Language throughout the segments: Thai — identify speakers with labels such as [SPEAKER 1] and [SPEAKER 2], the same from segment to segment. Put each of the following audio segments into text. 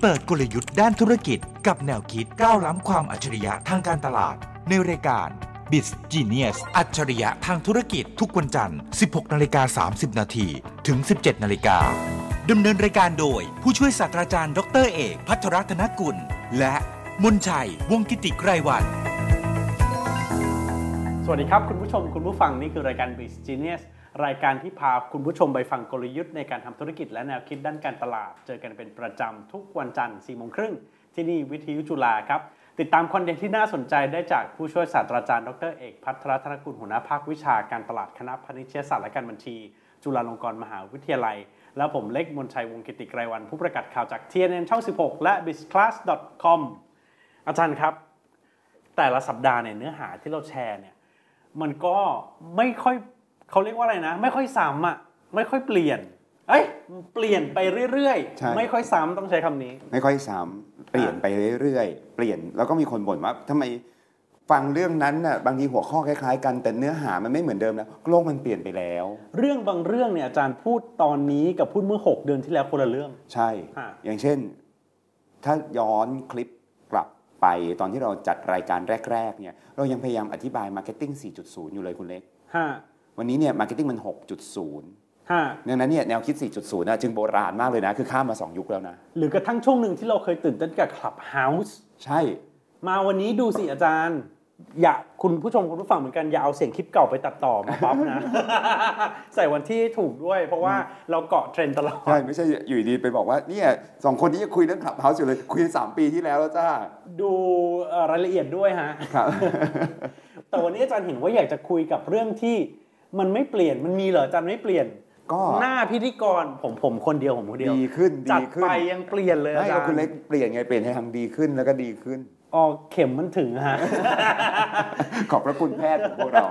[SPEAKER 1] เปิดกลยุทธ์ด้านธุรกิจกับแนวคิดก้าวล้ำความอัจฉริยะทางการตลาด ในรายการ b i z Genius อัจฉริยะทางธุรกิจทุกวันจันทร์ 16นาฬิกา30นาทีถึง 17นาฬิกาดำเนินรายการโดย ผู้ช่วยศาสตราจารย์ดรเอก พัทรรัตนกุล และมนชัย วงศ์กิติไกรวัน
[SPEAKER 2] สวัสดีครับ คุณผู้ชมคุณผู้ฟังนี่คือรายการ b i z Genius รายการที่พาคุณผู้ชมไปฟังกลยุทธ์ในการทำธุรกิจและแนวคิดด้านการตลาด เจอกันเป็นประจำทุกวันจันทร์4โมงครึ่งที่นี่วิทยุจุฬาครับ ติดตามคอนเทนต์ที่น่าสนใจได้จากผู้ช่วยศาสตราจารย์ดรเอกพัทรรัตนกุลหัวหน้าภาควิชาการตลาดคณะพาณิชยศาสตร์และการบัญชี จุฬาลงกรณ์มหาวิทยาลัย แล้วผมเล็กมนชัยวงศ์กิติไกรวัน ผู้ประกาศข่าวจาก TNN ช่อง 16 และ bizclass.com อาจารย์ครับ แต่ละสัปดาห์เนี่ยเนื้อหาที่เราแชร์เนี่ย มันก็ไม่ค่อยเขาเรียกว่าอะไรนะ ไม่ค่อยซ้ำอ่ะไม่ค่อยเปลี่ยน เอ้ยเปลี่ยนไปเรื่อย
[SPEAKER 3] ใช่
[SPEAKER 2] ๆ ไม่ค่อยซ้ำต้องใช้คำนี้
[SPEAKER 3] ไม่ค่อยซ้ำเปลี่ยนไปเรื่อยๆ เปลี่ยนแล้วก็มีคนบ่นว่าทำไมฟังเรื่องนั้นน่ะบางทีหัวข้อคล้ายๆ กันแต่เนื้อหามันไม่เหมือนเดิมแล้วโลกมันเปลี่ยนไปแล้ว
[SPEAKER 2] เรื่องบางเรื่องเนี่ยอาจารย์พูดตอนนี้กับพูดเมื่อ 6 เดือนที่แล้วคนละเรื่อง
[SPEAKER 3] ใช่
[SPEAKER 2] ฮะ
[SPEAKER 3] อย่างเช่น ถ้าย้อนคลิปกลับไปตอนที่เราจัดรายการแรกๆเนี่ยเรายังพยายามอธิบาย Marketing 4.0 อยู่เลยคุณเล็ก
[SPEAKER 2] ห้า
[SPEAKER 3] วันนี้เนี่ย Marketing มัน 6.0
[SPEAKER 2] ห้า
[SPEAKER 3] ดังนั้นเนี่ยแนวคิด 4.0นะจึงโบราณมากเลยนะ คือข้ามมา 2 ยุคแล้วนะ
[SPEAKER 2] หรือกระทั่งช่วงหนึ่งที่เราเคยตื่นเต้นกับ Clubhouse
[SPEAKER 3] ใช่
[SPEAKER 2] มาวันนี้ดูสิอาจารย์ อย่าคุณผู้ชมคุณผู้ฟังเหมือนกันอย่าเอาเสียงคลิปเก่าไปตัดต่อมาปั๊บนะ ใส่วันที่ถูกด้วย เพราะว่าเราเกาะเทรนด์ตลอด
[SPEAKER 3] ใช่ ไม่ใช่อยู่ดีๆไปบอกว่าเนี่ยสองคนนี้ยังคุยเรื่องขับเฮาส์อยู่เลยคุยสามปีที่แล้วแล้วจ้า
[SPEAKER 2] ดูเอ่อรายละเอียดด้วยฮะ
[SPEAKER 3] ครับ
[SPEAKER 2] แต่วันนี้อาจารย์เห็นว่าอยากจะคุยกับเรื่องที่มันไม่เปลี่ยนมันมีเหรออาจารย์ไม่เปลี่ยน
[SPEAKER 3] ก็
[SPEAKER 2] หน้าพิธีกรผมผมคนเดียวผมคนเดียว
[SPEAKER 3] ดีขึ้น
[SPEAKER 2] จั
[SPEAKER 3] ดี
[SPEAKER 2] ด
[SPEAKER 3] ขึ้น
[SPEAKER 2] ไปยังเปลี่ยนเลยอา
[SPEAKER 3] ไม่
[SPEAKER 2] จาร
[SPEAKER 3] ก็
[SPEAKER 2] ย์
[SPEAKER 3] คุณเล็กเปลี่ยนไงเปลี่ยนให้ทำดีขึ้นแล้วก็ดีขึ้น
[SPEAKER 2] ออกเข็มมันถึงฮะ
[SPEAKER 3] ขอบพระคุณแพทย์ของพวกเรา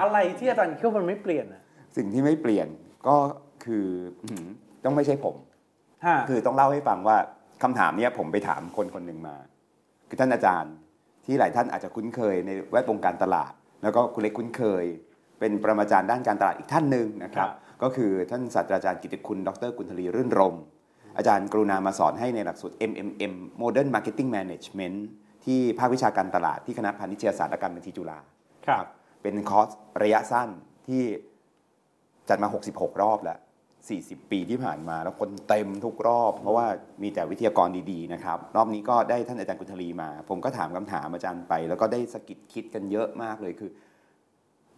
[SPEAKER 2] อะไรที่อาจารย์คิดว่ามันไม่เปลี่ยนอ่ะ
[SPEAKER 3] สิ่งที่ไม่เปลี่ยนก็คืออื้อหือต้องไม่ใช่ผม
[SPEAKER 2] ฮะ
[SPEAKER 3] คือต้องเล่าให้ฟังว่าคำถามเนี้ยผมไปถามคนคนหนึ่งมา คือท่านอาจารย์ที่หลายท่านอาจจะคุ้นเคยในแวดวงการตลาด แล้วก็คุณเล็กคุ้นเคย เป็นประมาจารย์ด้านการตลาดอีกท่านหนึ่งนะครับ ก็คือท่านศาสตราจารย์กิติคุณ ดรกุลธลีรื่นรม อาจารย์กรุณามาสอนให้ในหลักสูตร MMM Modern Marketing Management ที่ภาควิชาการตลาดที่คณะพาณิชยศาสตร์และการบัญชีจุฬา
[SPEAKER 2] ครับ
[SPEAKER 3] เป็นคอร์สระยะสั้นที่จัดมา 66 รอบแล้ว 40 ปีที่ผ่านมา แล้วคนเต็มทุกรอบ เพราะว่ามีแต่วิทยากรดีๆนะครับ รอบนี้ก็ได้ท่านอาจารย์กุณทลีมา ผมก็ถามคำถามอาจารย์ไป แล้วก็ได้สะกิดคิดกันเยอะมากเลยคือ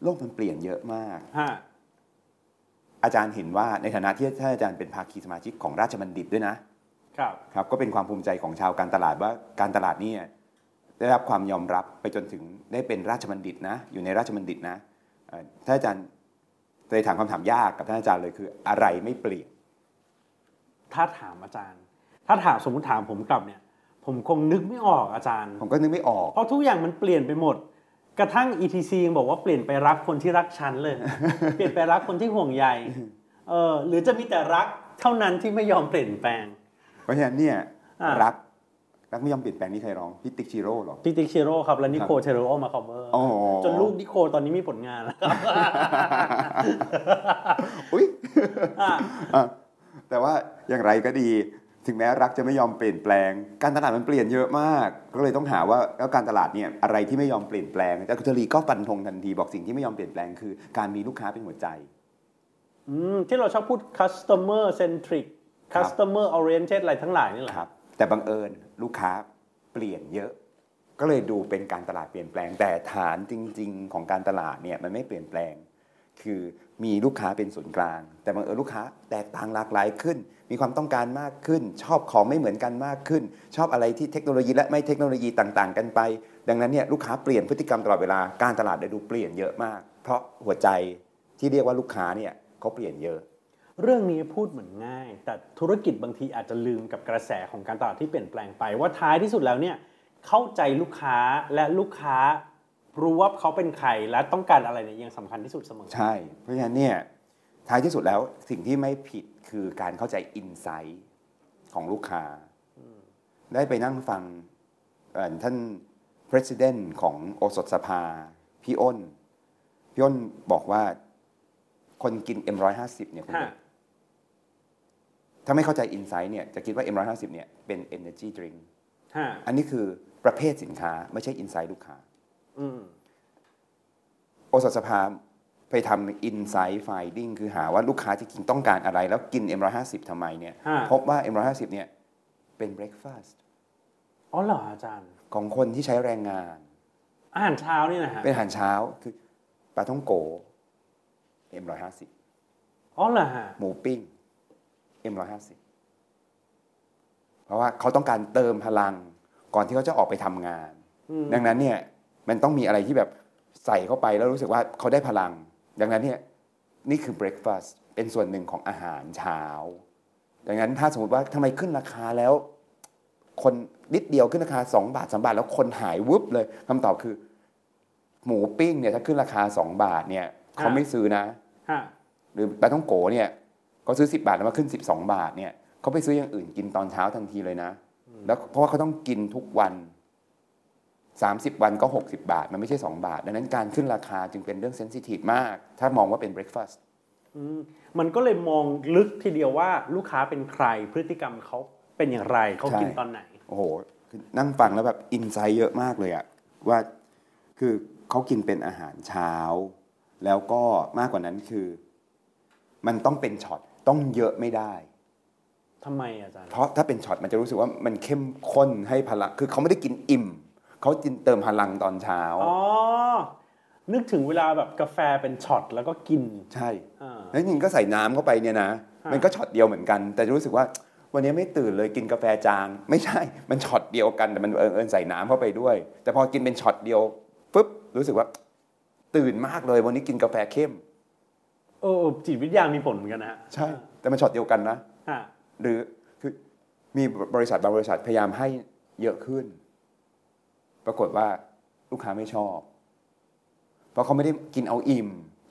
[SPEAKER 3] โลกมันเปลี่ยนเยอะมาก
[SPEAKER 2] ฮะ
[SPEAKER 3] อาจารย์เห็นว่าในฐานะที่ท่านอาจารย์เป็นภาคีสมาชิกของราชบัณฑิตด้วยนะ
[SPEAKER 2] ครับ
[SPEAKER 3] ครับก็เป็นความภูมิใจของชาวการตลาดว่าการตลาดเนี่ยได้รับความยอมรับไปจนถึงได้เป็นราชบัณฑิตนะ อยู่ในราชบัณฑิตนะเอ่อท่านอาจารย์เลยถามคำถามยากกับท่านอาจารย์เลยคืออะไรไม่เปลี่ยน
[SPEAKER 2] ถ้าถามอาจารย์ ถ้าถามสมมติถามผมกลับเนี่ย ผมคงนึกไม่ออกอาจารย์
[SPEAKER 3] ผมก็นึกไม่ออก
[SPEAKER 2] เพราะทุกอย่างมันเปลี่ยนไปหมด กระทั่ง ETC ยังบอกว่าเปลี่ยนไปรักคนที่รักฉัน เลย เปลี่ยนไปรักคนที่ห่วงใยเออหรือจะมีแต่รักเท่านั้นที่ไม่ยอมเปลี่ยนแปลง
[SPEAKER 3] เพราะฉะนั้นเนี่ย
[SPEAKER 2] อ่ารั
[SPEAKER 3] รักรักไม่ยอมเปลี่ยนแปลงนี่ใครร้องพี่ติ๊กชิโร่เหรอ
[SPEAKER 2] พี่ติ๊กชิโร่ครับ และนิโคเทโรโอมาคอมเมอร์
[SPEAKER 3] อ๋อ
[SPEAKER 2] จนลูกนิโคตอนนี้มีผลงานแล้ว ครับ
[SPEAKER 3] อุ้ย อ่ะ แต่ว่าอย่างไรก็ดี ถึงแม้รักจะไม่ยอมเปลี่ยนแปลง การตลาดมันเปลี่ยนเยอะมาก ก็เลยต้องหาว่าแล้วการตลาดเนี่ยอะไรที่ไม่ยอมเปลี่ยนแปลงอาจารย์กุทลีก็ฟันธงทันทีบอกสิ่งที่ไม่ยอมเปลี่ยนแปลงคือการมีลูกค้าเป็นหัวใจ
[SPEAKER 2] อืมที่เราชอบพูด customer centric customer oriented อะไรทั้งหลายนี่แหละ
[SPEAKER 3] ครับ แต่บังเอิญลูกค้าเปลี่ยนเยอะ ก็เลยดูเป็นการตลาดเปลี่ยนแปลง แต่ฐานจริง ๆ ของการตลาดเนี่ยมันไม่เปลี่ยนแปลง คือมีลูกค้าเป็นศูนย์กลาง แต่บังเอิญลูกค้าแตกต่างหลากหลายขึ้น มีความต้องการมากขึ้น ชอบของไม่เหมือนกันมากขึ้น ชอบอะไรที่เทคโนโลยีและไม่เทคโนโลยีต่างๆ กันไป ดังนั้นเนี่ยลูกค้าเปลี่ยนพฤติกรรมตลอดเวลาการตลาดเลยดูเปลี่ยนเยอะมาก เพราะหัวใจที่เรียกว่าลูกค้าเนี่ยเขาเปลี่ยนเยอะ
[SPEAKER 2] เรื่องนี้พูดเหมือนง่าย แต่ธุรกิจบางทีอาจจะลืมกับกระแสของการตลาดที่เปลี่ยนแปลงไปว่าท้ายที่สุดแล้วเนี่ยเข้าใจลูกค้าและลูกค้ารู้ว่าเขาเป็นใครและต้องการอะไรเนี่ยยังสำคัญที่สุดเสมอ
[SPEAKER 3] ใช่ เพราะฉะนั้นเนี่ยท้ายที่สุดแล้วสิ่งที่ไม่ผิดคือการเข้าใจอินไซต์ของลูกค้า ได้ไปนั่งฟังเอ่อท่าน president ของโอสถสภา พี่อ้น พี่อ้นบอกว่าคนกิน M150 เนี่ยคุณ
[SPEAKER 2] ฮะ
[SPEAKER 3] เอกท ถ้าไม่เข้าใจอินไซต์เนี่ยจะคิดว่า M150 เนี่ยเป็น Energy Drink
[SPEAKER 2] ฮะ
[SPEAKER 3] อันนี้คือประเภทสินค้าไม่ใช่อินไซต์ลูกค้า
[SPEAKER 2] อืม
[SPEAKER 3] โอสถสภาไปทำ Insight Finding คือหาว่าลูกค้าจริงๆต้องการอะไร แล้วกิน M150 ทำไมเนี่ย
[SPEAKER 2] ฮะ
[SPEAKER 3] พบว่า M150 เนี่ยเป็น breakfast
[SPEAKER 2] อ๋อเหรออาจารย์
[SPEAKER 3] ของคนที่ใช้แรงงาน
[SPEAKER 2] อาหารเช้านี่นะฮะ
[SPEAKER 3] เป็นอาหารเช้าคือปลาท่องโก M150
[SPEAKER 2] อ๋อเหรอฮะ
[SPEAKER 3] หมูปิ้ง M150 เพราะว่าเขาต้องการเติมพลังก่อนที่เขาจะออกไปทำงาน
[SPEAKER 2] อืม
[SPEAKER 3] ดังนั้นเนี่ยมันต้องมีอะไรที่แบบใส่เข้าไปแล้วรู้สึกว่าเขาได้พลัง ดังนั้นเนี่ยนี่คือ breakfast เป็นส่วนหนึ่งของอาหารเช้า ดังนั้นถ้าสมมติว่าทำไมขึ้นราคาแล้ว คนนิดเดียวขึ้นราคา 2 บาท 3 บาท แล้วคนหายวึบเลยคำตอบคือ หมูปิ้งเนี่ยถ้าขึ้นราคา 2 บาทเนี่ยเขาไม่ซื้อนะ
[SPEAKER 2] ฮะ
[SPEAKER 3] หรือปลาท่องโกเนี่ยเขาซื้อ 10 บาทแล้วมาขึ้น 12 บาทเนี่ยเขาไปซื้ออย่างอื่นกินตอนเช้าทันทีเลยนะ แล้วเพราะว่าเขาต้องกินทุกวัน 30 วันก็ 60 บาท มันไม่ใช่ 2 บาท ดังนั้นการขึ้นราคาจึงเป็นเรื่องเซนซิทีฟมาก ถ้ามองว่าเป็นเบรคฟาสต์
[SPEAKER 2] อืมมันก็เลยมองลึกทีเดียวว่าลูกค้าเป็นใครพฤติกรรมเขาเป็นอย่างไรเขากินตอนไหน
[SPEAKER 3] โอ้โหคือนั่งฟังแล้วแบบอินไซต์เยอะมากเลยอะว่าคือเขากินเป็นอาหารเช้า แล้วก็มากกว่านั้นคือ มันต้องเป็นช็อตต้องเยอะไม่ได้
[SPEAKER 2] ทำไมอาจารย์
[SPEAKER 3] เพราะถ้าเป็นช็อตมันจะรู้สึกว่ามันเข้มข้นให้พลัง คือเขาไม่ได้กินอิ่ม เขากินเติมพลังตอนเช้า
[SPEAKER 2] อ๋อ นึกถึงเวลาแบบกาแฟเป็นช็อตแล้วก็กิน
[SPEAKER 3] ใช่
[SPEAKER 2] อ่า
[SPEAKER 3] แล้วจริงๆก็ใส่น้ำเข้าไปเนี่ยนะ
[SPEAKER 2] ฮะ
[SPEAKER 3] มันก็ช็อตเดียวเหมือนกัน แต่จะรู้สึกว่า วันนี้ไม่ตื่นเลยกินกาแฟจาง ไม่ใช่ มันช็อตเดียวกัน แต่มันเออเอิญใส่น้ำเข้าไปด้วย แต่พอกินเป็นช็อตเดียวปุ๊บ รู้สึกว่า ตื่นมากเลย วันนี้กินกาแฟเข้ม
[SPEAKER 2] เออเออจิตวิทยามีผลเหมือนกันนะฮะ
[SPEAKER 3] ใช่ แต่มันช็อตเดียวกันนะ
[SPEAKER 2] ฮะ
[SPEAKER 3] หรือคือมีบริษัทบางบริษัทพยายามให้เยอะขึ้น ปรากฏว่าลูกค้าไม่ชอบ เพราะเขาไม่ได้กินเอาอิ่ม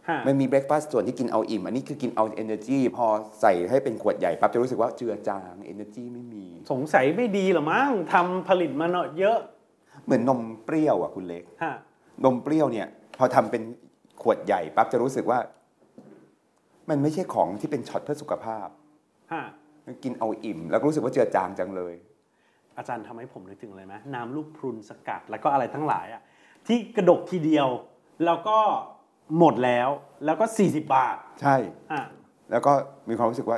[SPEAKER 2] ฮะ
[SPEAKER 3] มันมีเบรกฟาสต์ส่วนที่กินเอาอิ่ม อันนี้คือกินเอาเอเนอร์จีพอใส่ให้เป็นขวดใหญ่ปั๊บจะรู้สึกว่าเจือจางเอเนอร์จีไม่มี
[SPEAKER 2] สงสัยไม่ดีเหรอมั้งทำผลิตมาเนอะเยอะ
[SPEAKER 3] เหมือนนมเปรี้ยวอ่ะคุณเล็ก
[SPEAKER 2] ฮะ
[SPEAKER 3] นมเปรี้ยวเนี่ย พอทำเป็นขวดใหญ่ปั๊บจะรู้สึกว่า มันไม่ใช่ของที่เป็นช็อตเพื่อสุขภาพ
[SPEAKER 2] ฮะ
[SPEAKER 3] กินเอาอิ่ม แล้วก็รู้สึกว่าเจือจางจังเลย
[SPEAKER 2] อาจารย์ทำให้ผมนึกถึงเลยไหมน้ำลูกพรุนสกัดแล้วก็อะไรทั้งหลายอ่ะที่กระดกทีเดียว แล้วก็หมดแล้วแล้วก็ 40 บาท
[SPEAKER 3] ใช่
[SPEAKER 2] อ่ะ
[SPEAKER 3] แล้วก็มีความรู้สึกว่า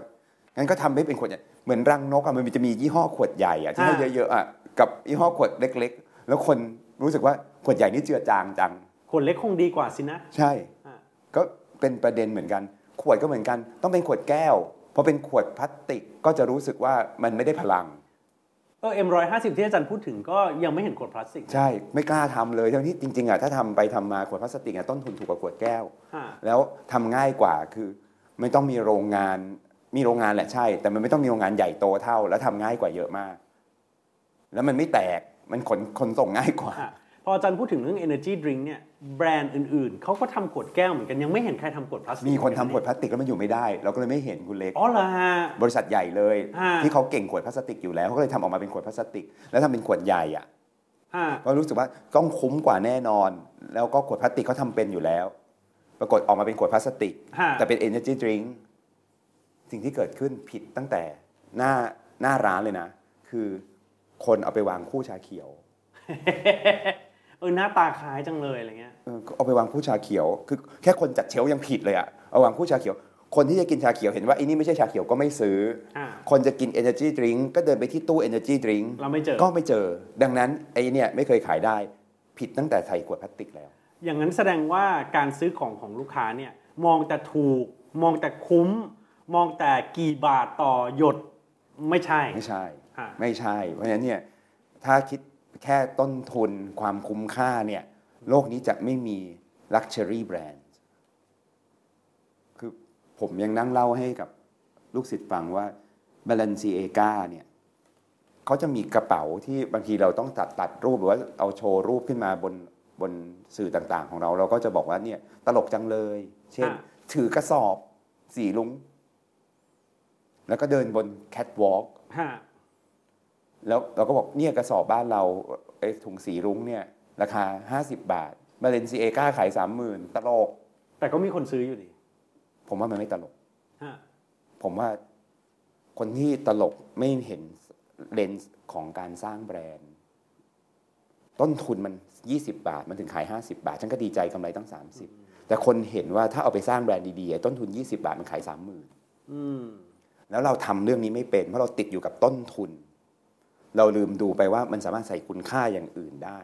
[SPEAKER 3] งั้นก็ทำไม่เป็นขวดใหญ่เหมือนรังนกอะมันจะมียี่ห้อขวดใหญ่อะที่ให้เยอะๆอะกับยี่ห้อขวดเล็ก ๆ แล้วคนรู้สึกว่าขวดใหญ่นี่เจือจางจัง
[SPEAKER 2] คนเล็กคงดีกว่าสินะ
[SPEAKER 3] ใช่
[SPEAKER 2] อ่ะ
[SPEAKER 3] ก็เป็นประเด็นเหมือนกัน ขวดก็เหมือนกัน ต้องเป็นขวดแก้วพอเป็นขวดพลาสติกก็จะรู้สึกว่ามันไม่ได้พลัง
[SPEAKER 2] เออเอ็มร้อยห้าสิบที่อาจารย์พูดถึงก็ยังไม่เห็นขวดพลาสติกนะ
[SPEAKER 3] ใช่ไม่กล้าทำเลยทั้งที่จริงๆอะถ้าทำไปทำมาขวดพลาสติกอะต้นทุนถูกกว่าขวดแก้ว
[SPEAKER 2] ฮะ
[SPEAKER 3] แล้วทำง่ายกว่าคือ ไม่ต้องมีโรงงานมีโรงงานแหละใช่ แต่มันไม่ต้องมีโรงงานใหญ่โตเท่า แล้วทำง่ายกว่าเยอะมาก แล้วมันไม่แตกมันขนขนส่งง่ายกว่า
[SPEAKER 2] ฮะพออาจารย์พูดถึงเรื่อง energy drink เนี่ยแบรนด์อื่นๆเขาก็ทำขวดแก้วเหมือนกันยังไม่เห็นใครทำขวดพลาสติก
[SPEAKER 3] มีคนทำขวดพลาสติกแล้วมันอยู่ไม่ได้ เราก็เลยไม่เห็นคุณเล็ก
[SPEAKER 2] อ๋อเหรอฮะ
[SPEAKER 3] บริษัทใหญ่เลย
[SPEAKER 2] อ่า
[SPEAKER 3] ที่เขาเก่งขวดพลาสติกอยู่แล้วเขาก็เลยทำออกมาเป็นขวดพลาสติก แล้วทำเป็นขวดใหญ่อะ
[SPEAKER 2] ฮะ
[SPEAKER 3] ก็รู้สึกว่าต้องคุ้มกว่าแน่นอน แล้วก็ขวดพลาสติกเขาทำเป็นอยู่แล้ว ปรากฏออกมาเป็นขวดพลาสติก
[SPEAKER 2] ฮะ
[SPEAKER 3] แต่เป็น energy drink สิ่งที่เกิดขึ้นผิดตั้งแต่หน้าหน้าร้านเลยนะ คือคนเอาไปวางคู่ชาเขียว
[SPEAKER 2] เออหน้าตาคล้ายจังเลยอะไรเงี้ย
[SPEAKER 3] เออเอาไปวางคู่ชาเขียว คือแค่คนจัดเชลฟ์ยังผิดเลยอะเอาวางคู่ชาเขียว คนที่จะกินชาเขียวเห็นว่าไอ้นี่ไม่ใช่ชาเขียวก็ไม่ซื้อ
[SPEAKER 2] อ่า
[SPEAKER 3] คนจะกิน energy drink ก็เดินไปที่ตู้ energy drink
[SPEAKER 2] เราไม่เจอ
[SPEAKER 3] ก็ไม่เจอ ดังนั้นไอ้เนี่ยไม่เคยขายได้ ผิดตั้งแต่ใส่ขวดพลาสติกแล้ว
[SPEAKER 2] อย่างนั้นแสดงว่าการซื้อของของลูกค้าเนี่ยมองแต่ถูก มองแต่คุ้ม มองแต่กี่บาทต่อหยดไม่ใช่
[SPEAKER 3] ไม่ใช่
[SPEAKER 2] ฮะ
[SPEAKER 3] ไม่ใช่ เพราะฉะนั้นเนี่ยถ้าคิดแค่ต้นทุนความคุ้มค่าเนี่ยโลกนี้จะไม่มี Luxury Brand คือผมยังนั่งเล่าให้กับลูกศิษย์ฟังว่า Balenciaga เนี่ยเขาจะมีกระเป๋าที่บางทีเราต้องตัดตัดรูปหรือว่าเอาโชว์รูปขึ้นมาบนบนสื่อต่างๆ ของเรา เราก็จะบอกว่าเนี่ยตลกจังเลย เช่น ถือกระสอบสีลุง แล้วก็เดินบนแคทวอล์ก
[SPEAKER 2] ฮะ
[SPEAKER 3] แล้วเราก็บอกเนี่ยกระสอบบ้านเราไอ้ถุงสีรุ้งเนี่ย ราคา 50 บาทมาเลนซีเอก้าขาย 30,000 ตลก
[SPEAKER 2] แต่ก็มีคนซื้ออยู่ดี
[SPEAKER 3] ผมว่ามันไม่ตลก
[SPEAKER 2] ฮะ
[SPEAKER 3] ผมว่า คนที่ตลกไม่เห็นเลนส์ของการสร้างแบรนด์ ต้นทุนมัน 20 บาท มันถึงขาย 50 บาท ฉันก็ดีใจกำไรตั้ง 30 แต่คนเห็นว่าถ้าเอาไปสร้างแบรนด์ดีๆ ต้นทุน 20 บาทมันขาย 30,000
[SPEAKER 2] อืม
[SPEAKER 3] แล้วเราทำเรื่องนี้ไม่เป็น เพราะเราติดอยู่กับต้นทุน เราลืมดูไปว่ามันสามารถใส่คุณค่าอย่างอื่นได้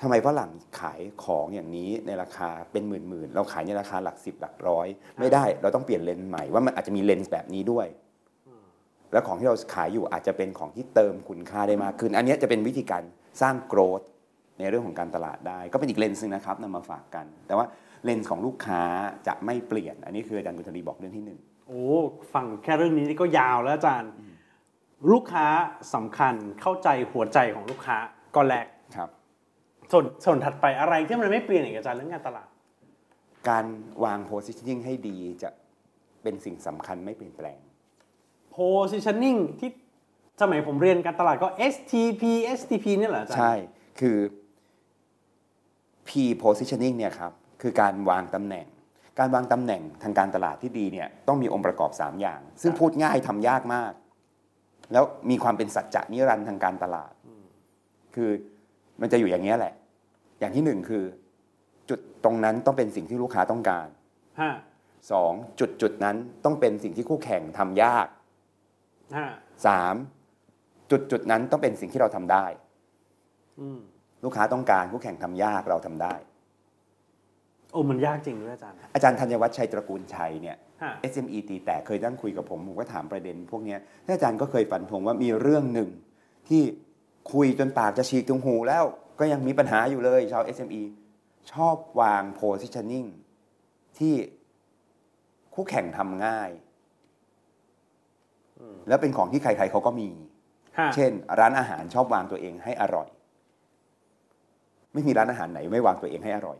[SPEAKER 3] ทำไมฝรั่งขายของอย่างนี้ในราคาเป็นหมื่นหมื่นๆเราขายในราคาหลักสิบหลักร้อย ไม่ได้เราต้องเปลี่ยนเลนส์ใหม่ว่ามันอาจจะมีเลนส์แบบนี้ด้วย แล้วของที่เราขายอยู่อาจจะเป็นของที่เติมคุณค่าได้มากขึ้น อันเนี้ยจะเป็นวิธีการสร้างโกรธในเรื่องของการตลาดได้ ก็เป็นอีกเลนส์หนึงนะครับนำมาฝากกัน แต่ว่าเลนส์ของลูกค้าจะไม่เปลี่ยน อันนี้คืออาจารย์กุณธรีบอกเรื่องที่หนึ่ง
[SPEAKER 2] โอ้ฟังแค่เรื่องนี้นี่ก็ยาวแล้วอาจารย์ ลูกค้าสำคัญเข้าใจหัวใจของลูกค้าก็แรก
[SPEAKER 3] ครับ
[SPEAKER 2] ส่วนส่วนถัดไปอะไรที่มันไม่เปลี่ยนอีกอาจารย์เรื่องการตลาด
[SPEAKER 3] การวาง positioning ให้ดีจะเป็นสิ่งสำคัญไม่เปลี่ยนแปลง
[SPEAKER 2] positioning ที่สมัยผมเรียนการตลาดก็ STP STP เนี่ยเหรออาจารย์
[SPEAKER 3] ใช่ คือ P positioning เนี่ยครับ คือการวางตำแหน่ง การวางตำแหน่งทางการตลาดที่ดีเนี่ยต้องมีองค์ประกอบ 3 อย่าง ซึ่งพูดง่ายทำยากมาก แล้วมีความเป็นสัจจะนิรันดร์ทางการตลาด คือมันจะอยู่อย่างนี้ยแหละ อย่างที่หนึ่งคือ จุดตรงนั้นต้องเป็นสิ่งที่ลูกค้าต้องการ
[SPEAKER 2] ฮะ
[SPEAKER 3] สองจุดจุดๆนั้นต้องเป็นสิ่งที่คู่แข่งทำยาก
[SPEAKER 2] ฮะ
[SPEAKER 3] สามจุดจุดๆนั้นต้องเป็นสิ่งที่เราทำได้
[SPEAKER 2] อืม
[SPEAKER 3] ลูกค้าต้องการคู่แข่งทำยากเราทำได้
[SPEAKER 2] โอ้มันยากจริงด้วยอาจารย์
[SPEAKER 3] อาจารย์ธัญวัฒน์ชัยตระกูลชัยเนี่ย
[SPEAKER 2] ฮะ
[SPEAKER 3] SME ตีแต่เคยนั่งคุยกับผม ผมก็ถามประเด็นพวกเนี้ยท่านอาจารย์ก็เคยฝันธงว่ามีเรื่องหนึ่ง ที่คุยจนปากจะฉีกจงหูแล้วก็ยังมีปัญหาอยู่เลยชาว SME ชอบวาง positioning ที่คู่แข่งทำง่าย แล้วเป็นของที่ใครๆเขาก็มี
[SPEAKER 2] ฮะ
[SPEAKER 3] เช่น ร้านอาหารชอบวางตัวเองให้อร่อย ไม่มีร้านอาหารไหนไม่วางตัวเองให้อร่อย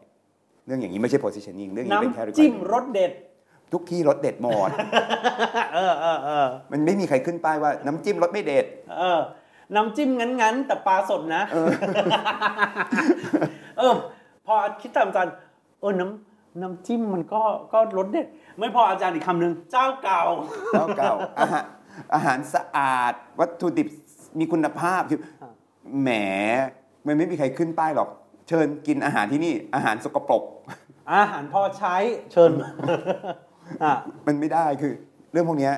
[SPEAKER 3] เรื่องอย่างนี้ไม่ใช่ positioning เรื่องนี้เป็นแค่
[SPEAKER 2] น้ำจิ้ม
[SPEAKER 3] requirement
[SPEAKER 2] รสเด็ ด
[SPEAKER 3] ทุกที่รสเด็ดหมด
[SPEAKER 2] เออเออเออ
[SPEAKER 3] มันไม่มีใครขึ้นป้ายว่าน้ำจิ้มรสไม่เด็ด
[SPEAKER 2] เออน้ำจิ้มงั้นๆ แต่ปลาสดนะ เออ พอคิดตามอาจารย์เออน้ำน้ำจิ้มมันก็ก็รสเด็ด ไม่พออาจารย์อีกคำหนึ่งเจ้าเก่า
[SPEAKER 3] เจ้าเก่าอาหารอาหารสะอาด วัตถุดิบมีคุณภาพคือแหม มันไม่มีใครขึ้นป้ายหรอก เชิญกินอาหารที่นี่ อาหารสกปรก
[SPEAKER 2] อาหารพอใช้เชิญ อ่ะ
[SPEAKER 3] มันไม่ได้คือเรื่องพวกเนี้ย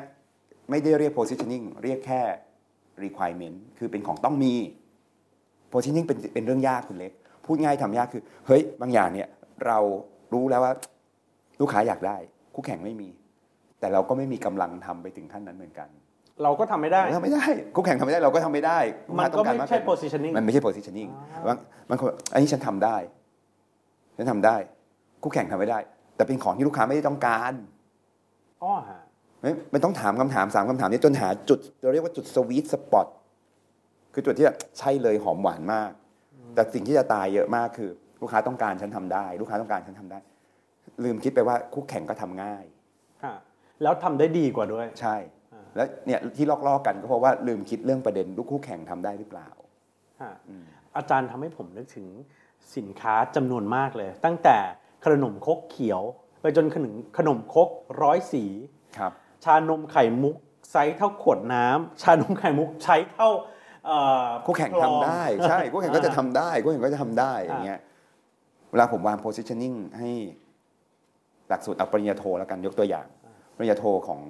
[SPEAKER 3] ไม่ได้เรียก positioning เรียกแค่ requirement คือเป็นของต้องมี positioning เป็นเป็นเรื่องยากคุณเล็ก พูดง่ายทำยากคือ เฮ้ย บางอย่างเนี่ยเรารู้แล้วว่า ลูกค้าอยากได้ คู่แข่งไม่มี แต่เราก็ไม่มีกำลังทำไปถึงขั้นนั้นเหมือนกัน
[SPEAKER 2] เราก็ทำไม่ได้
[SPEAKER 3] เราทำไม่ได้ คู่แข่งทำไม่ได้เราก็ทำไม่ได้ลู
[SPEAKER 2] มัน
[SPEAKER 3] ค้าต้
[SPEAKER 2] ก็
[SPEAKER 3] องาร
[SPEAKER 2] ไม่
[SPEAKER 3] มาก
[SPEAKER 2] ใช่
[SPEAKER 3] กว่า
[SPEAKER 2] positioning
[SPEAKER 3] มันไม่ใช่ positioning บางบางคนบอกอันนี้ฉันทำได้ ฉันทำได้ คู่แข่งทำไม่ได้ แต่เป็นของที่ลูกค้าไม่ได้ต้องการ
[SPEAKER 2] อ้อฮะ
[SPEAKER 3] ไม่มันต้องถามคำถามสามคำถามเนี้จนหาจุดเราเรียกว่าจุดสวีทสปอตคือจุดที่แบบใช่เลยหอมหวานมาก แต่สิ่งที่จะตายเยอะมากคือ ลูกค้าต้องการฉันทำได้ ลูกค้าต้องการฉันทำได้ ลืมคิดไปว่าคู่แข่งก็ทำง่าย
[SPEAKER 2] ฮะแล้วทำได้ดีกว่าด้วย
[SPEAKER 3] ใช่ แล้วเนี่ยที่ลอกๆกันก็เพราะว่าลืมคิดเรื่องประเด็นลูกคู่แข่งทำได้หรือเปล่า
[SPEAKER 2] ฮะอาจารย์ทำให้ผมนึกถึงสินค้าจำนวนมากเลย ตั้งแต่ขนมครกเขียว ไปจนขนมขนมครกร้อยสี
[SPEAKER 3] ครับ
[SPEAKER 2] ชานมไข่มุกไซส์เท่าขวดน้ำชานมไข่มุกใช้เท่าเอ่อ
[SPEAKER 3] คู่แข่ง
[SPEAKER 2] ล
[SPEAKER 3] ทำ
[SPEAKER 2] อง
[SPEAKER 3] ได้ ใช่ คู่แข่งก็จะทำได้คู่แข่งก็จะทำได้อย่างเงี้ยเวลาผมวาง positioning ให้หลักสูตรเอาปริญญาโทแล้วกันยกตัวอย่าง ปริญญาโทของ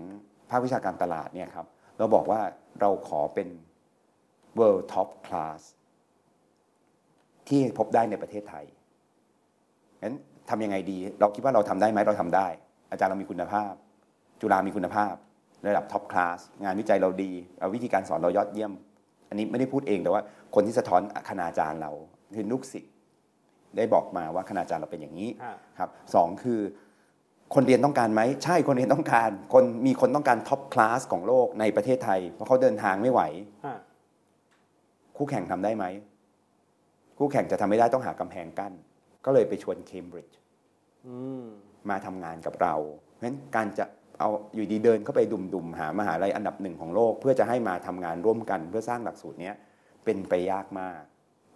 [SPEAKER 3] ภาควิชาการตลาดเนี่ยครับ เราบอกว่าเราขอเป็น world top class ที่พบได้ในประเทศไทยงั้นทำยังไงดี เราคิดว่าเราทำได้ไหมเราทำได้ อาจารย์เรามีคุณภาพ จุฬามีคุณภาพ ระดับท็อปคลาสงานวิจัยเราดีเอาวิธีการสอนเรายอดเยี่ยม อันนี้ไม่ได้พูดเองแต่ว่าคนที่สะท้อนคณาจารย์เราคือลูกศิษย์ได้บอกมาว่าคณาจารย์เราเป็นอย่างนี้
[SPEAKER 2] อ่า
[SPEAKER 3] ครับสองคือ คนเรียนต้องการไหมใช่คนเรียนต้องการ คนมีคนต้องการท็อปคลาสของโลกในประเทศไทย เพราะเขาเดินทางไม่ไหว
[SPEAKER 2] ฮะ
[SPEAKER 3] คู่แข่งทำได้ไหม คู่แข่งจะทำไม่ได้ต้องหากำแพงกั้น ก็เลยไปชวนเคมบริดจ์
[SPEAKER 2] อืม
[SPEAKER 3] มาทำงานกับเรา เพราะฉะนั้นการจะเอาอยู่ดีเดินเข้าไปดุมๆ หามหาลัยอันดับหนึ่งของโลก เพื่อจะให้มาทำงานร่วมกัน เพื่อสร้างหลักสูตรเนี้ยเป็นไปยากมาก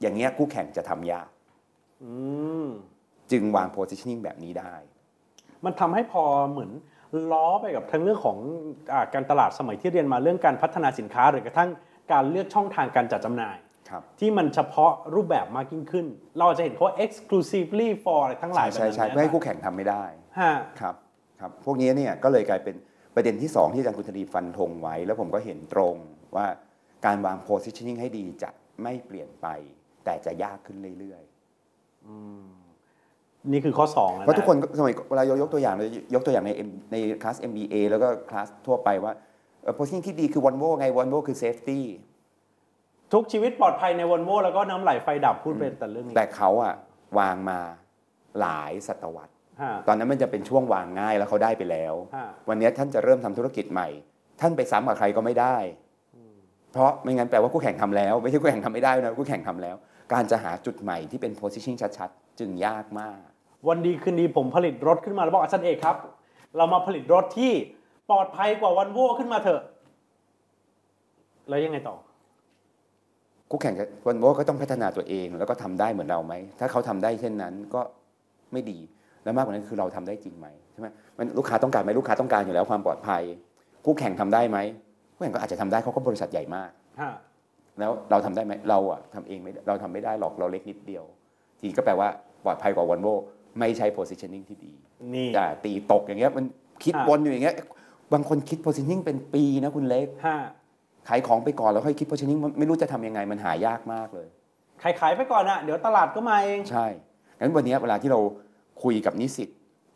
[SPEAKER 3] อย่างเงี้ยคู่แข่งจะทำยาก
[SPEAKER 2] อืม
[SPEAKER 3] จึงวาง positioning แบบนี้ได้
[SPEAKER 2] มันทำให้พอเหมือน ล้อไปกับทั้งเรื่องของอาการตลาดสมัยที่เรียนมาเรื่องการพัฒนาสินค้า หรือกระทั่งการเลือกช่องทางการจัดจำหน่าย
[SPEAKER 3] ครับ
[SPEAKER 2] ที่มันเฉพาะรูปแบบมากยิ่งขึ้น เราอาจจะเห็นเขาว่า exclusively for อะไรทั้งหลา
[SPEAKER 3] ใช่
[SPEAKER 2] ย
[SPEAKER 3] ใช่ใช่
[SPEAKER 2] แบบนั้น
[SPEAKER 3] เพื่อให้คู่แข่งทำไม่ได้
[SPEAKER 2] ฮะ
[SPEAKER 3] ครับครับพวกนี้เนี่ยก็เลยกลายเป็นประเด็นที่ 2 ที่อาจารย์กุธรีฟันธงไว้ แล้วผมก็เห็นตรงว่าการวาง positioning ให้ดีจะไม่เปลี่ยนไป แต่จะยากขึ้นเรื่อย
[SPEAKER 2] นี่คือข้อสอง
[SPEAKER 3] ๆ
[SPEAKER 2] แล้ว
[SPEAKER 3] เพราะทุกคนก็สมัยเวลายกตัวอย่างเลยยกตัวอย่างใน M- ในคลาส MBA แล้วก็คลาสทั่วไปว่าเอ่อ positioning ที่ดีคือ Volvo ไง Volvo คือ safety
[SPEAKER 2] ทุกชีวิตปลอดภัยในวอลโวแล้วก็น้ำไหลไฟดับพูดเป็นแต่เรื่องนี้
[SPEAKER 3] แต่เขาอะวางมาหลายศตวรรษ
[SPEAKER 2] ฮะ
[SPEAKER 3] ตอนนั้นมันจะเป็นช่วงวางง่ายแล้วเขาได้ไปแล้ว
[SPEAKER 2] ฮะ
[SPEAKER 3] วันนี้ท่านจะเริ่มทำธุรกิจใหม่ ท่านไปซ้ำกับใครก็ไม่ได้ เพราะไม่งั้นแปลว่าคู่แข่งทำแล้ว ไม่ใช่คู่แข่งทำไม่ได้นะคู่แข่งทำแล้ว การจะหาจุดใหม่ที่เป็น position ชัดๆ จึงยากมาก
[SPEAKER 2] วันดีคืนดีผมผลิตรถขึ้นมาแล้วบอกอาจารย์เอกครับ เรามาผลิตรถที่ปลอดภัยกว่าวันโวขึ้นมาเถอะ แล้วยังไงต่อ
[SPEAKER 3] คู่แข่งวันโวก็ต้องพัฒนาตัวเองแล้วก็ทำได้เหมือนเราไหม ถ้าเขาทำได้เช่นนั้นก็ไม่ดี แล้วมากกว่านั้นคือเราทำได้จริงไหมใช่ไหมมันลูกค้าต้องการไหมลูกค้าต้องการอยู่แล้วความปลอดภัย คู่แข่งทำได้ไหมคู่แข่งก็อาจจะทำได้เขาก็บริษัทใหญ่มาก
[SPEAKER 2] ฮะ
[SPEAKER 3] แล้วเราทำได้ไหมเราอะทำเองไม่ได้เราทำไม่ได้หรอกเราเล็กนิดเดียว ทีก็แปลว่าปลอดภัยกว่าวันโวไม่ใช่ positioning ที่ดี
[SPEAKER 2] นี่
[SPEAKER 3] แต่ตีตกอย่างเงี้ยมันคิด
[SPEAKER 2] อ่ะ
[SPEAKER 3] วนอยู่อย่างเงี้ยบางคนคิด positioning เป็นปีนะคุณเล็ก
[SPEAKER 2] ฮะ
[SPEAKER 3] ขายของไปก่อนแล้วค่อยคิด positioning มันไม่รู้จะทำยังไงมันหายากมากเลย
[SPEAKER 2] ขายขายๆไปก่อนอะเดี๋ยวตลาดก็มาเอง
[SPEAKER 3] ใช่งั้นวันเนี้ยเวลาที่เราคุยกับนิสิต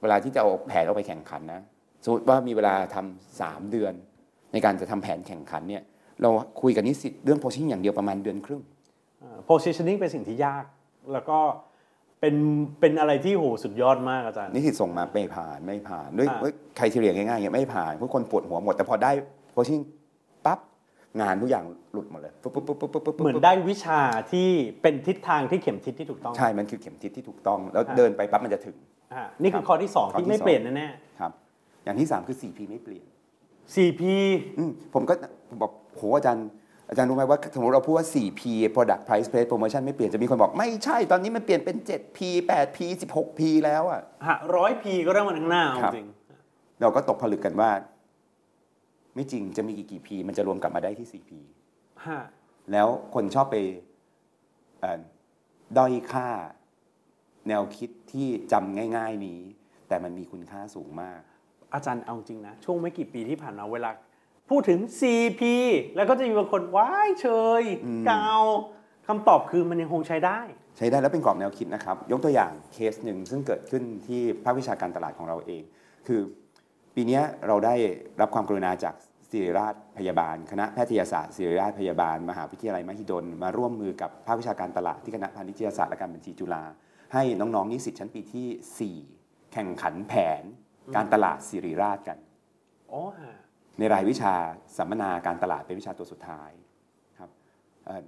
[SPEAKER 3] เวลาที่จะเอาแผนออกไปแข่งขันนะสมมติว่ามีเวลาทำสามเดือน ในการจะทำแผนแข่งขันเนี่ยเราคุยกับนิสิตเรื่อง positioning อย่างเดียวประมาณเดือนครึ่ง
[SPEAKER 2] อ่า positioning เป็นสิ่งที่ยาก แล้วก็เป็นเป็นอะไรที่โหสุดยอดมากอาจารย์
[SPEAKER 3] นิสิตส่งมาไม่ผ่านไม่ผ่านด้วย
[SPEAKER 2] อ่า
[SPEAKER 3] ใครที่เรียนง่ายๆอย่างเงี้ยไม่ผ่านพวกคนปวดหัวหมด แต่พอได้โคชิ่งปั๊บงานทุกอย่างหลุดหมดเลยปุ๊บปุ๊บปุ๊บปุ๊บปุ๊บปุ๊บ
[SPEAKER 2] เหมือนได้วิชาที่เป็นทิศทางที่เข็มทิศที่ถูกต้อง
[SPEAKER 3] ใช่มันคือเข็มทิศที่ถูกต้อง แล้ว
[SPEAKER 2] อ่า
[SPEAKER 3] เดินไปปั๊บมันจะถึง
[SPEAKER 2] ฮะนี่คือข้อที่ 2
[SPEAKER 3] ข้อที่
[SPEAKER 2] ที่ไม่
[SPEAKER 3] สอง
[SPEAKER 2] เปลี่ยนแน่
[SPEAKER 3] ครับ อย่างที่ 3 คือ 4P ไม่เปลี่ยน
[SPEAKER 2] ๆ 4P
[SPEAKER 3] อืมผมก็ผมบอกโหอาจารย์อาจารย์รู้ไหมว่าสมมติเราพูดว่า 4P product price place promotion ไม่เปลี่ยนจะมีคนบอกไม่ใช่ตอนนี้มันเปลี่ยนเป็น 7P 8P 16P แล้วอะ
[SPEAKER 2] ฮะ 100P ก็เริ่มมาทั้างหน้าเอา
[SPEAKER 3] ครับ
[SPEAKER 2] จริง
[SPEAKER 3] เราก็ตกผลึกกันว่า ไม่จริงจะมีกี่กี่ P มันจะรวมกลับมาได้ที่ 4P
[SPEAKER 2] ฮะ
[SPEAKER 3] แล้วคนชอบไปเอ่อด้อยค่าแนวคิดที่จำง่าย ๆนี้ แต่มันมีคุณค่าสูงมาก
[SPEAKER 2] อาจารย์เอาจริงนะ ช่วงไม่กี่ปีที่ผ่านมาเวลา พูดถึง CP แล้วก็จะมีบางคนว้ายเฉยเกาคำตอบคือมันยังคงใช้ได้
[SPEAKER 3] ใช้ได้แล้วเป็นกรอบแนวคิดนะครับ ยกตัวอย่างเคสหนึ่งซึ่งเกิดขึ้นที่ภาควิชาการตลาดของเราเอง คือปีเนี้ยเราได้รับความกรุณาจากศิริราชพยาบาล คณะแพทยศาสตร์ศิริราชพยาบาล มหาวิทยาลัยมหิดล มาร่วมมือกับภาควิชาการตลาดที่คณะพาณิชยศาสตร์และการบัญชีจุฬาให้น้องๆนิสิตชั้นปีทีสี่4 แข่งขันแผนการตลาดศิริราชกัน
[SPEAKER 2] อ๋อฮะ
[SPEAKER 3] ในรายวิชาสัมมนาการตลาดเป็นวิชาตัวสุดท้ายครับเอ่อ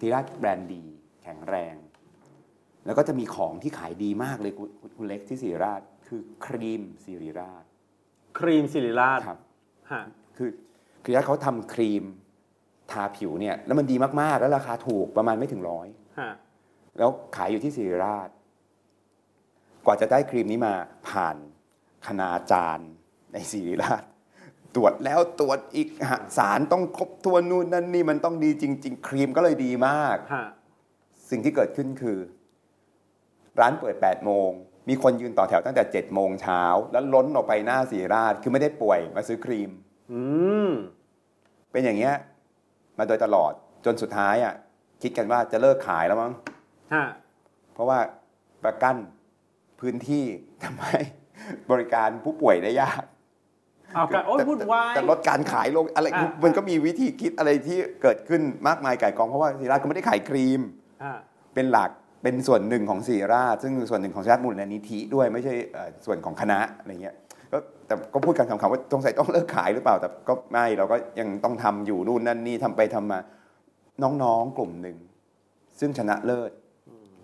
[SPEAKER 3] ธีราชแบรนด์ดี แข็งแรง แล้วก็จะมีของที่ขายดีมากเลยคุณคุณคุณเล็กที่สิริราช คือครีมสิริราช
[SPEAKER 2] ครีมสิริราช
[SPEAKER 3] ครับ
[SPEAKER 2] ฮะ
[SPEAKER 3] คือคือถ้าเขาทำครีมทาผิวเนี่ยแล้วมันดีมาก ๆ แล้วราคาถูกประมาณไม่ถึงร้อย
[SPEAKER 2] ฮะ
[SPEAKER 3] แล้วขายอยู่ที่สิริราช กว่าจะได้ครีมนี้มาผ่านคณาจารย์ในสิริราช ตรวจแล้วตรวจอีกหาสารต้องครบทวนนู่นนั่นนี่มันต้องดีจริง ๆ ครีมก็เลยดีมาก
[SPEAKER 2] ฮะ
[SPEAKER 3] สิ่งที่เกิดขึ้นคือ ร้านเปิด 8 โมง มีคนยืนต่อแถวตั้งแต่ 7 โมงเช้า แล้วล้นออกไปหน้าสีราช คือไม่ได้ป่วยมาซื้อครีม
[SPEAKER 2] อืม
[SPEAKER 3] เป็นอย่างเงี้ยมาโดยตลอดจนสุดท้ายอ่ะคิดกันว่าจะเลิกขายแล้วมั้ง
[SPEAKER 2] ฮะ
[SPEAKER 3] เพราะว่าประกันพื้นที่ ทำให้บริการผู้ป่วยได้ยาก
[SPEAKER 2] เอากันโอ้ย
[SPEAKER 3] แต่
[SPEAKER 2] พูดวาย
[SPEAKER 3] แต่ลดการขายลงอะไร
[SPEAKER 2] อ่ะ
[SPEAKER 3] มันก็มีวิธีคิดอะไรที่เกิดขึ้นมากมายไก่ายกองเพราะว่าศิริราชก็ไม่ได้ขายครีม
[SPEAKER 2] ฮะ
[SPEAKER 3] เป็นหลักเป็นส่วนหนึ่งของศิริราชซึ่งส่วนหนึ่งของศิริราชมูลนิธิด้วยไม่ใช่เอ่อส่วนของคณะอะไรเงี้ยก็แต่ก็พูดกันคำๆว่าตรงใส่ต้องเลิกขายหรือเปล่า แต่ก็ไม่เราก็ยังต้องทำอยู่นู่นนั่นนี่ทำไปทำมา น้องๆกลุ่มหนึ่ง ซึ่งชนะเลิศ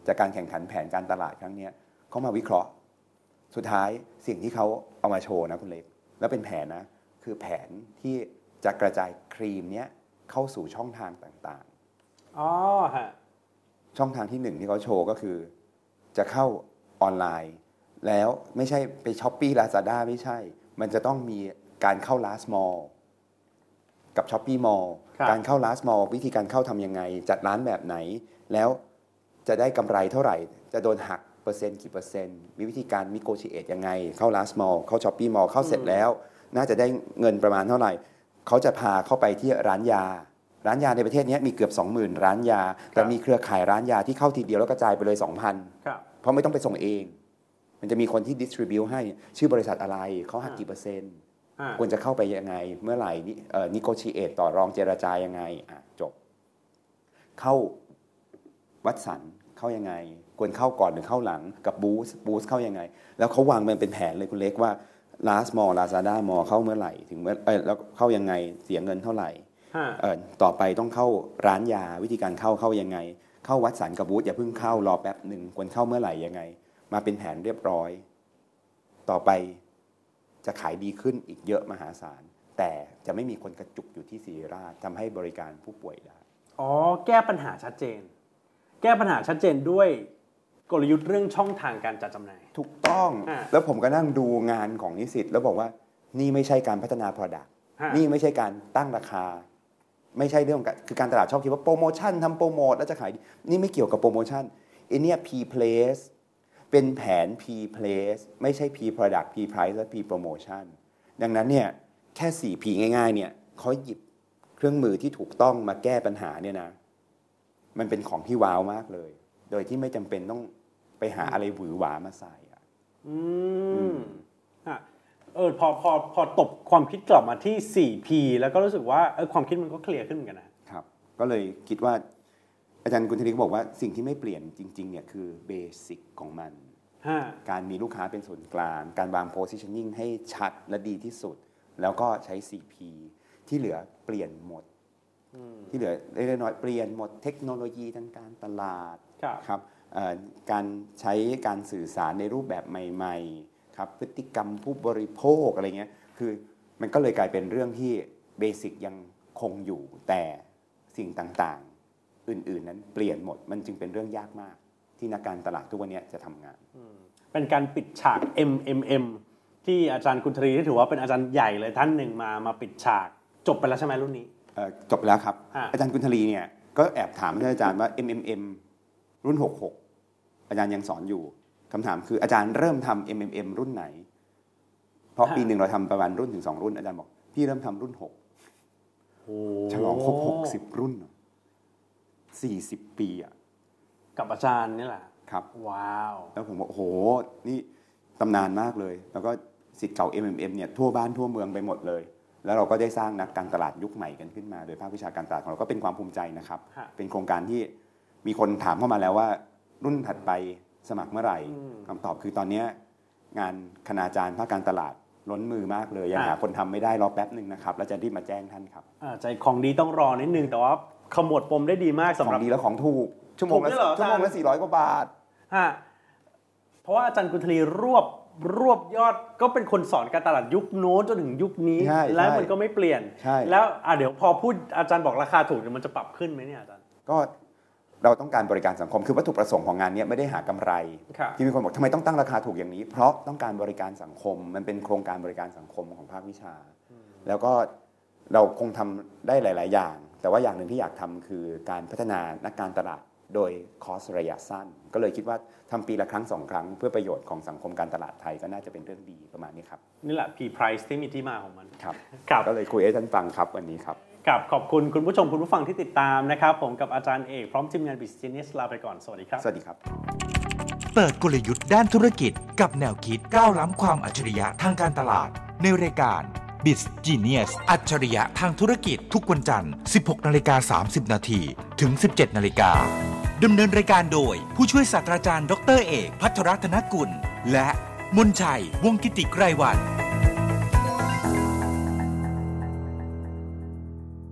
[SPEAKER 3] จากการแข่งขันแผนการตลาดครั้งเนี้ยเขามาวิเคราะห์ สุดท้ายสิ่งที่เขาเอามาโชว์นะคุณเล็ก แล้วเป็นแผนนะ คือแผนที่จะกระจายครีมเนี้ยเข้าสู่ช่องทางต่างๆ
[SPEAKER 2] อ๋อฮะ
[SPEAKER 3] ช่องทางที่หนึ่งที่เขาโชว์ก็คือ จะเข้าออนไลน์ แล้วไม่ใช่ไปช้อปปี้ลาซาด้าไม่ใช่ มันจะต้องมีการเข้าลาสมอลกับช้อปปี้มอล
[SPEAKER 2] ครับ
[SPEAKER 3] การเข้าลาสมอลวิธีการเข้าทำยังไง จัดร้านแบบไหน แล้วจะได้กำไรเท่าไหร่ จะโดนหักเปอร์เซ็นต์กี่เปอร์เซ็นต์มีวิธีการมิโกชิเอตยังไง เข้าลาสมอลเข้าช้อปปี้มอลเข้าเสร็จแล้ว น่าจะได้เงินประมาณเท่าไหร่ เขาจะพาเข้าไปที่ร้านยา ร้านยาในประเทศเนี้ยมีเกือบ 20,000 ร้านยา แต่มีเครือข่ายร้านยาที่เข้าทีเดียวแล้วกระจายไปเลย 2,000
[SPEAKER 2] ครับ
[SPEAKER 3] เพราะไม่ต้องไปส่งเอง มันจะมีคนที่ดิสทริบิวให้ชื่อบริษัทอะไร เขาหัก
[SPEAKER 2] อ่า
[SPEAKER 3] กี่เปอร์เซ็นต์
[SPEAKER 2] อ่า
[SPEAKER 3] ควรจะเข้าไปยังไง เมื่อไหร่นี่เอ่อนิโกชิเอตต่อรองเจรจายังไงอ่ะจบ เข้าวัดสันเข้ายังไง ควรเข้าก่อนหรือเข้าหลังกับบูสบูสเข้ายังไง แล้วเขาวางมันเป็นแผนเลยคุณเล็กว่าลาสมอลลาซาด้ามอเข้าเมื่อไหร่ ถึงเมื่อเอ้ยแล้วเข้ายังไงเสียเงินเท่าไหร่
[SPEAKER 2] อ่า
[SPEAKER 3] เอ่อต่อไปต้องเข้าร้านยาวิธีการเข้าเข้ายังไง เข้าวัดสันกับบูธอย่าเพิ่งเข้ารอแป๊บหนึ่งควรเข้าเมื่อไหร่ยังไง มาเป็นแผนเรียบร้อย ต่อไปจะขายดีขึ้นอีกเยอะมหาศาล แต่จะไม่มีคนกระจุกอยู่ที่ศิริราชทำให้บริการผู้ป่วยได้
[SPEAKER 2] อ๋อแก้ปัญหาชัดเจน แก้ปัญหาชัดเจนด้วยกลยุทธ์เรื่องช่องทางการจัดจำหน่าย
[SPEAKER 3] ถูกต้อง
[SPEAKER 2] อ่า
[SPEAKER 3] แล้วผมก็นั่งดูงานของนิสิตแล้วบอกว่านี่ไม่ใช่การพัฒนา Product
[SPEAKER 2] ฮะ
[SPEAKER 3] นี่ไม่ใช่การตั้งราคา ไม่ใช่เรื่องของการคือการตลาดชอบคิดว่าโปรโมชั่นทำโปรโมทแล้วจะขายดีนี่ไม่เกี่ยวกับโปรโมชั่นไอเนี้ย P place เป็นแผน P place ไม่ใช่ P product P price และ P promotion ดังนั้นเนี่ยแค่ 4 P ง่ายๆเนี่ยเขาหยิบเครื่องมือที่ถูกต้องมาแก้ปัญหาเนี่ยนะ มันเป็นของที่ว้าวมากเลย โดยที่ไม่จำเป็นต้องไปหาอะไรหวือหวามาใส่อะ
[SPEAKER 2] อืมอ่ะเออพอพอพอตบความคิดกลับมาที่ 4P แล้วก็รู้สึกว่าเออความคิดมันก็เคลียร์ขึ้นเหมือนกันนะ
[SPEAKER 3] ครับก็เลยคิดว่าอาจารย์กุณธนิกบอกว่าสิ่งที่ไม่เปลี่ยนจริง ๆ เนี่ยคือเบสิกของมัน
[SPEAKER 2] ฮะ
[SPEAKER 3] การมีลูกค้าเป็นศูนย์กลาง การวาง positioning ให้ชัดและดีที่สุด แล้วก็ใช้ CP ที่เหลือเปลี่ยนหมด ที่เหลือเล็กๆน้อยๆเปลี่ยนหมดเทคโนโลยีทางการตลาด
[SPEAKER 2] ครับ
[SPEAKER 3] ครับเอ่อการใช้การสื่อสารในรูปแบบใหม่ๆครับพฤติกรรมผู้บริโภคอะไรเงี้ยคือมันก็เลยกลายเป็นเรื่องที่เบสิกยังคงอยู่ แต่สิ่งต่างๆ อื่นๆนั้นเปลี่ยนหมดมันจึงเป็นเรื่องยากมาก ที่นักการตลาดทุกวันเนี้ยจะทำงาน
[SPEAKER 2] เป็นการปิดฉาก MMM ที่อาจารย์กุณทรีที่ถือว่าเป็นอาจารย์ใหญ่เลยท่านหนึ่งมามาปิดฉาก จบไปแล้วใช่ไหมรุ่นนี้
[SPEAKER 3] เอ่อจบแล้วครับ
[SPEAKER 2] อ่ะ
[SPEAKER 3] อาจารย์กุณฑลีเนี่ยก็แอบถามท่านอาจารย์ว่า MMM รุ่น 66 อาจารย์ยังสอนอยู่คำถามคืออาจารย์เริ่มทำ MMM รุ่นไหน เพราะปีหนึ่งเราทำประมาณรุ่นถึงสองรุ่นอาจารย์บอกพี่เริ่มทำรุ่น 6 ฉลองครบ60 รุ่นเหรอ40 ปีอ่ะ
[SPEAKER 2] กับอาจารย์นี่แหละ
[SPEAKER 3] ครับ
[SPEAKER 2] ว้าว
[SPEAKER 3] แล้วผมบอกโอ้โห นี่ตำนานมากเลย แล้วก็สิทธิ์เก่า MMM เนี่ยทั่วบ้านทั่วเมืองไปหมดเลย แล้วเราก็ได้สร้างนักการตลาดยุคใหม่กันขึ้นมา โดยภาควิชาการตลาดของเราก็เป็นความภูมิใจนะครับ
[SPEAKER 2] ฮะ
[SPEAKER 3] เป็นโครงการที่มีคนถามเข้ามาแล้วว่า รุ่นถัดไปสมัครเมื่อไหร่
[SPEAKER 2] อืม
[SPEAKER 3] คำตอบคือตอนเนี้ยงานคณาจารย์ภาคการตลาดล้นมือมากเลยยัง
[SPEAKER 2] ฮะ
[SPEAKER 3] หาคนทำไม่ได้รอแป๊บหนึ่งนะครับแล้วจะรีบมาแจ้งท่านครับ
[SPEAKER 2] อ่าใจของดีต้องรอนิดนึง แต่ว่าขมวดปมได้ดีมากสำ
[SPEAKER 3] ข
[SPEAKER 2] หรั
[SPEAKER 3] อบ งดีแล้วของถูกชั่วโมง
[SPEAKER 2] ถู
[SPEAKER 3] ละ
[SPEAKER 2] กด้วยเหรออาจารย์
[SPEAKER 3] ชั่วโมงละสี่ร้อยกว่าบาท
[SPEAKER 2] ฮะเพราะว่าอาจารย์กุณทรีรวบรวบยอดก็เป็นคนสอนการตลาดยุคโน้นจนถึงยุคนี้
[SPEAKER 3] ใช่
[SPEAKER 2] และ
[SPEAKER 3] ใช่
[SPEAKER 2] มันก็ไม่เปลี่ยน
[SPEAKER 3] ใช่
[SPEAKER 2] แล้วอ่ะเดี๋ยวพอพูดอาจารย์บอกราคาถูกเดี๋ยวมันจะปรับขึ้นไหมเนี่ยอาจารย์
[SPEAKER 3] ก็เราต้องการบริการสังคมคือวัตถุประสงค์ของงานเนี้ยไม่ได้หากำไร
[SPEAKER 2] ครับ
[SPEAKER 3] ที่มีคนบอกทำไมต้องตั้งราคาถูกอย่างนี้ เพราะต้องการบริการสังคม มันเป็นโครงการบริการสังคมของภาควิชา แล้วก็เราคงทำได้หลาย ๆ อย่าง แต่ว่าอย่างหนึ่งที่อยากทำคือการพัฒนานักการตลาดโดยคอสระยะสั้น ก็เลยคิดว่าทำปีละครั้งสองครั้ง เพื่อประโยชน์ของสังคมการตลาดไทยก็น่าจะเป็นเรื่องดีประมาณนี้ครับ
[SPEAKER 2] นี่แหละ P price ที่มีที่มาของมัน
[SPEAKER 3] ครับ
[SPEAKER 2] ครับ
[SPEAKER 3] ก็เลยคุยให้ท่านฟังครับวันนี้ครับ
[SPEAKER 2] กับขอบคุณคุณผู้ชมคุณผู้ฟังที่ติดตามนะครับ ผมกับอาจารย์เอกพร้อมทีมงาน Business ลาไปก่อน สวัสดีครับ
[SPEAKER 3] สวัสดีครับ
[SPEAKER 1] เปิดกลยุทธ์ด้านธุรกิจกับแนวคิดก้าวล้ำความอัจฉริยะทางการตลาด ในรายการ b i z Genius อัจฉริยะทางธุรกิจทุกวันจันทร์ 16นาฬิกา30นาทีถึง 17นาฬิกาดำเนินรายการโดย ผู้ช่วยศาสตราจารย์ดรเอก พัทรรัตนกุล และมนชัยวงศ์กิติไกรวัน